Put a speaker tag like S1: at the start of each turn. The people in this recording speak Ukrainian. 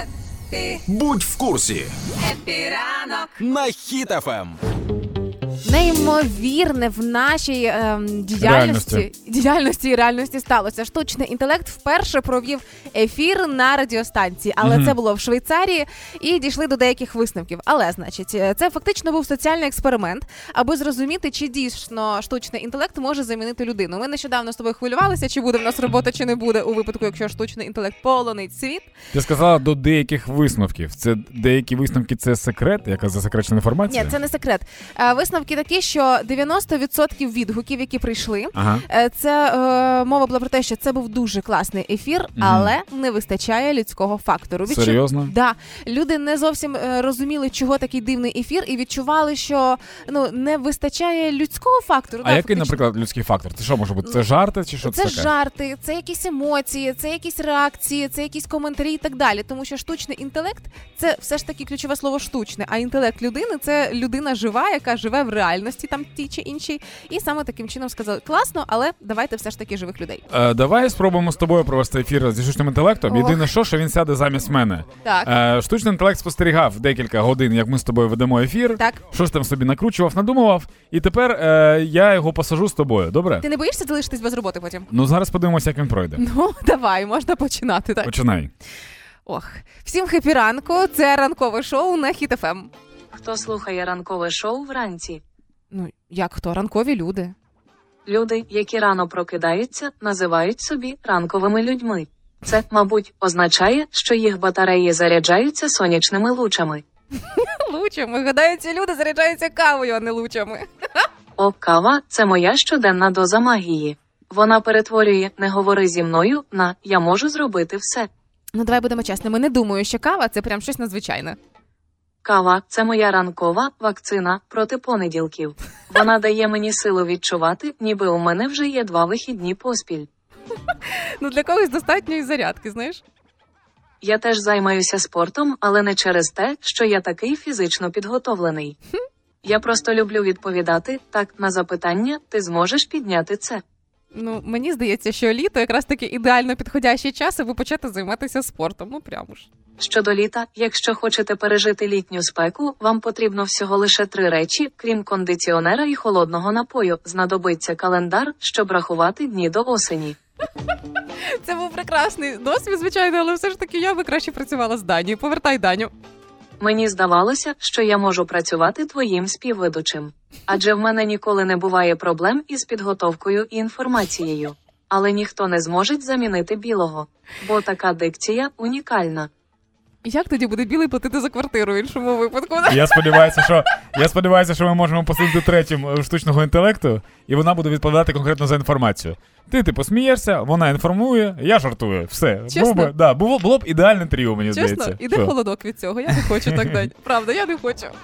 S1: Епі,
S2: Будь в курсі
S1: епі ранок.
S2: на Ем. хітафем.
S3: Неймовірне в нашій ем, діяльності
S4: Реальності.
S3: діяльності і реальності сталося. Штучний інтелект вперше провів ефір на радіостанції, але це було в Швейцарії і дійшли до деяких висновків. Але значить, е, це фактично був соціальний експеримент, аби зрозуміти, чи дійсно штучний інтелект може замінити людину. Ми нещодавно з тобою хвилювалися, чи буде в нас робота, чи не буде у випадку, якщо штучний інтелект полонить світ.
S4: Ти сказала до деяких висновків. Це деякі висновки це секрет, яка засекречена інформація.
S3: Ні, це не секрет. Е, Висновки такі, що 90% відгуків, які прийшли,
S4: Ага.
S3: Е, Це е, мова була про те, що це був дуже класний ефір, але не вистачає людського фактору. Відчу-
S4: Серйозно?
S3: Да. Люди не зовсім е, розуміли, чого такий дивний ефір, і відчували, що ну не вистачає людського фактору.
S4: А
S3: да,
S4: який,
S3: фактично.
S4: наприклад, людський фактор? Це що може бути? Це жарти чи що це,
S3: Це
S4: Тобто таке?
S3: жарти, це якісь емоції, це якісь реакції, це якісь коментарі і так далі. Тому що штучний інтелект це все ж таки ключове слово штучне. А інтелект людини це людина жива, яка живе в реальності, там ті чи іншій. І саме таким чином сказали класно, але давайте все ж таки живих людей.
S4: Е, давай спробуємо з тобою провести ефір зі штучним інтелектом.
S3: Ох.
S4: Єдине, що, що він сяде замість мене.
S3: Так.
S4: Е, штучний інтелект спостерігав декілька годин, як ми з тобою ведемо ефір.
S3: Так.
S4: Що ж там собі накручував, надумував, і тепер е, я його посажу з тобою. Добре?
S3: Ти не боїшся залишитись без роботи потім?
S4: Ну зараз подивимося, як він пройде.
S3: Ну, давай, можна починати так.
S4: Починай.
S3: Ох, всім хепі ранку. Це ранкове шоу на Ем. Хіт-ФМ.
S5: Хто слухає ранкове шоу вранці?
S3: Ну, як хто? Ранкові люди.
S5: Люди, які рано прокидаються, називають собі ранковими людьми. Це, мабуть, означає, що їх батареї заряджаються сонячними лучами.
S3: Лучами. Гадаю, ці люди заряджаються кавою, а не лучами.
S5: О, кава це моя щоденна доза магії. Вона перетворює не говори зі мною на я можу зробити все.
S3: Ну, давай будемо чесними. Не думаю, що кава це прям щось надзвичайне.
S5: Кава це моя ранкова вакцина проти понеділків. Вона дає мені силу відчувати, ніби у мене вже є два вихідні поспіль.
S3: Ну, для когось достатньо і зарядки, знаєш?
S5: Я теж займаюся спортом, але не через те, що я такий фізично підготовлений. Я просто люблю відповідати так на запитання, ти зможеш підняти це.
S3: Ну, мені здається, що літо якраз таки ідеально підходящий час, аби почати займатися спортом. Ну прямо ж.
S5: Щодо літа, якщо хочете пережити літню спеку, вам потрібно всього лише три речі, крім кондиціонера і холодного напою. Знадобиться календар, щоб рахувати дні до осені.
S3: Це був прекрасний досвід, звичайно, але все ж таки я би краще працювала з Данію. Повертай Даню.
S5: Мені здавалося, що я можу працювати твоїм співведучим, адже в мене ніколи не буває проблем із підготовкою і інформацією. Але ніхто не зможе замінити білого, бо така дикція унікальна.
S3: Як тоді буде білий платити за квартиру в іншому випадку?
S4: Я сподіваюся, що я сподіваюся, що ми можемо посадити третім е, штучного інтелекту, і вона буде відповідати конкретно за інформацію. Ти типу смієшся, вона інформує, я жартую. Все.
S3: Чесно?
S4: Був би, да, було, було б ідеальне тріо, мені
S3: Чесно,
S4: здається.
S3: іде
S4: Що?
S3: холодок від цього. Я не хочу так дати. Правда, я не хочу.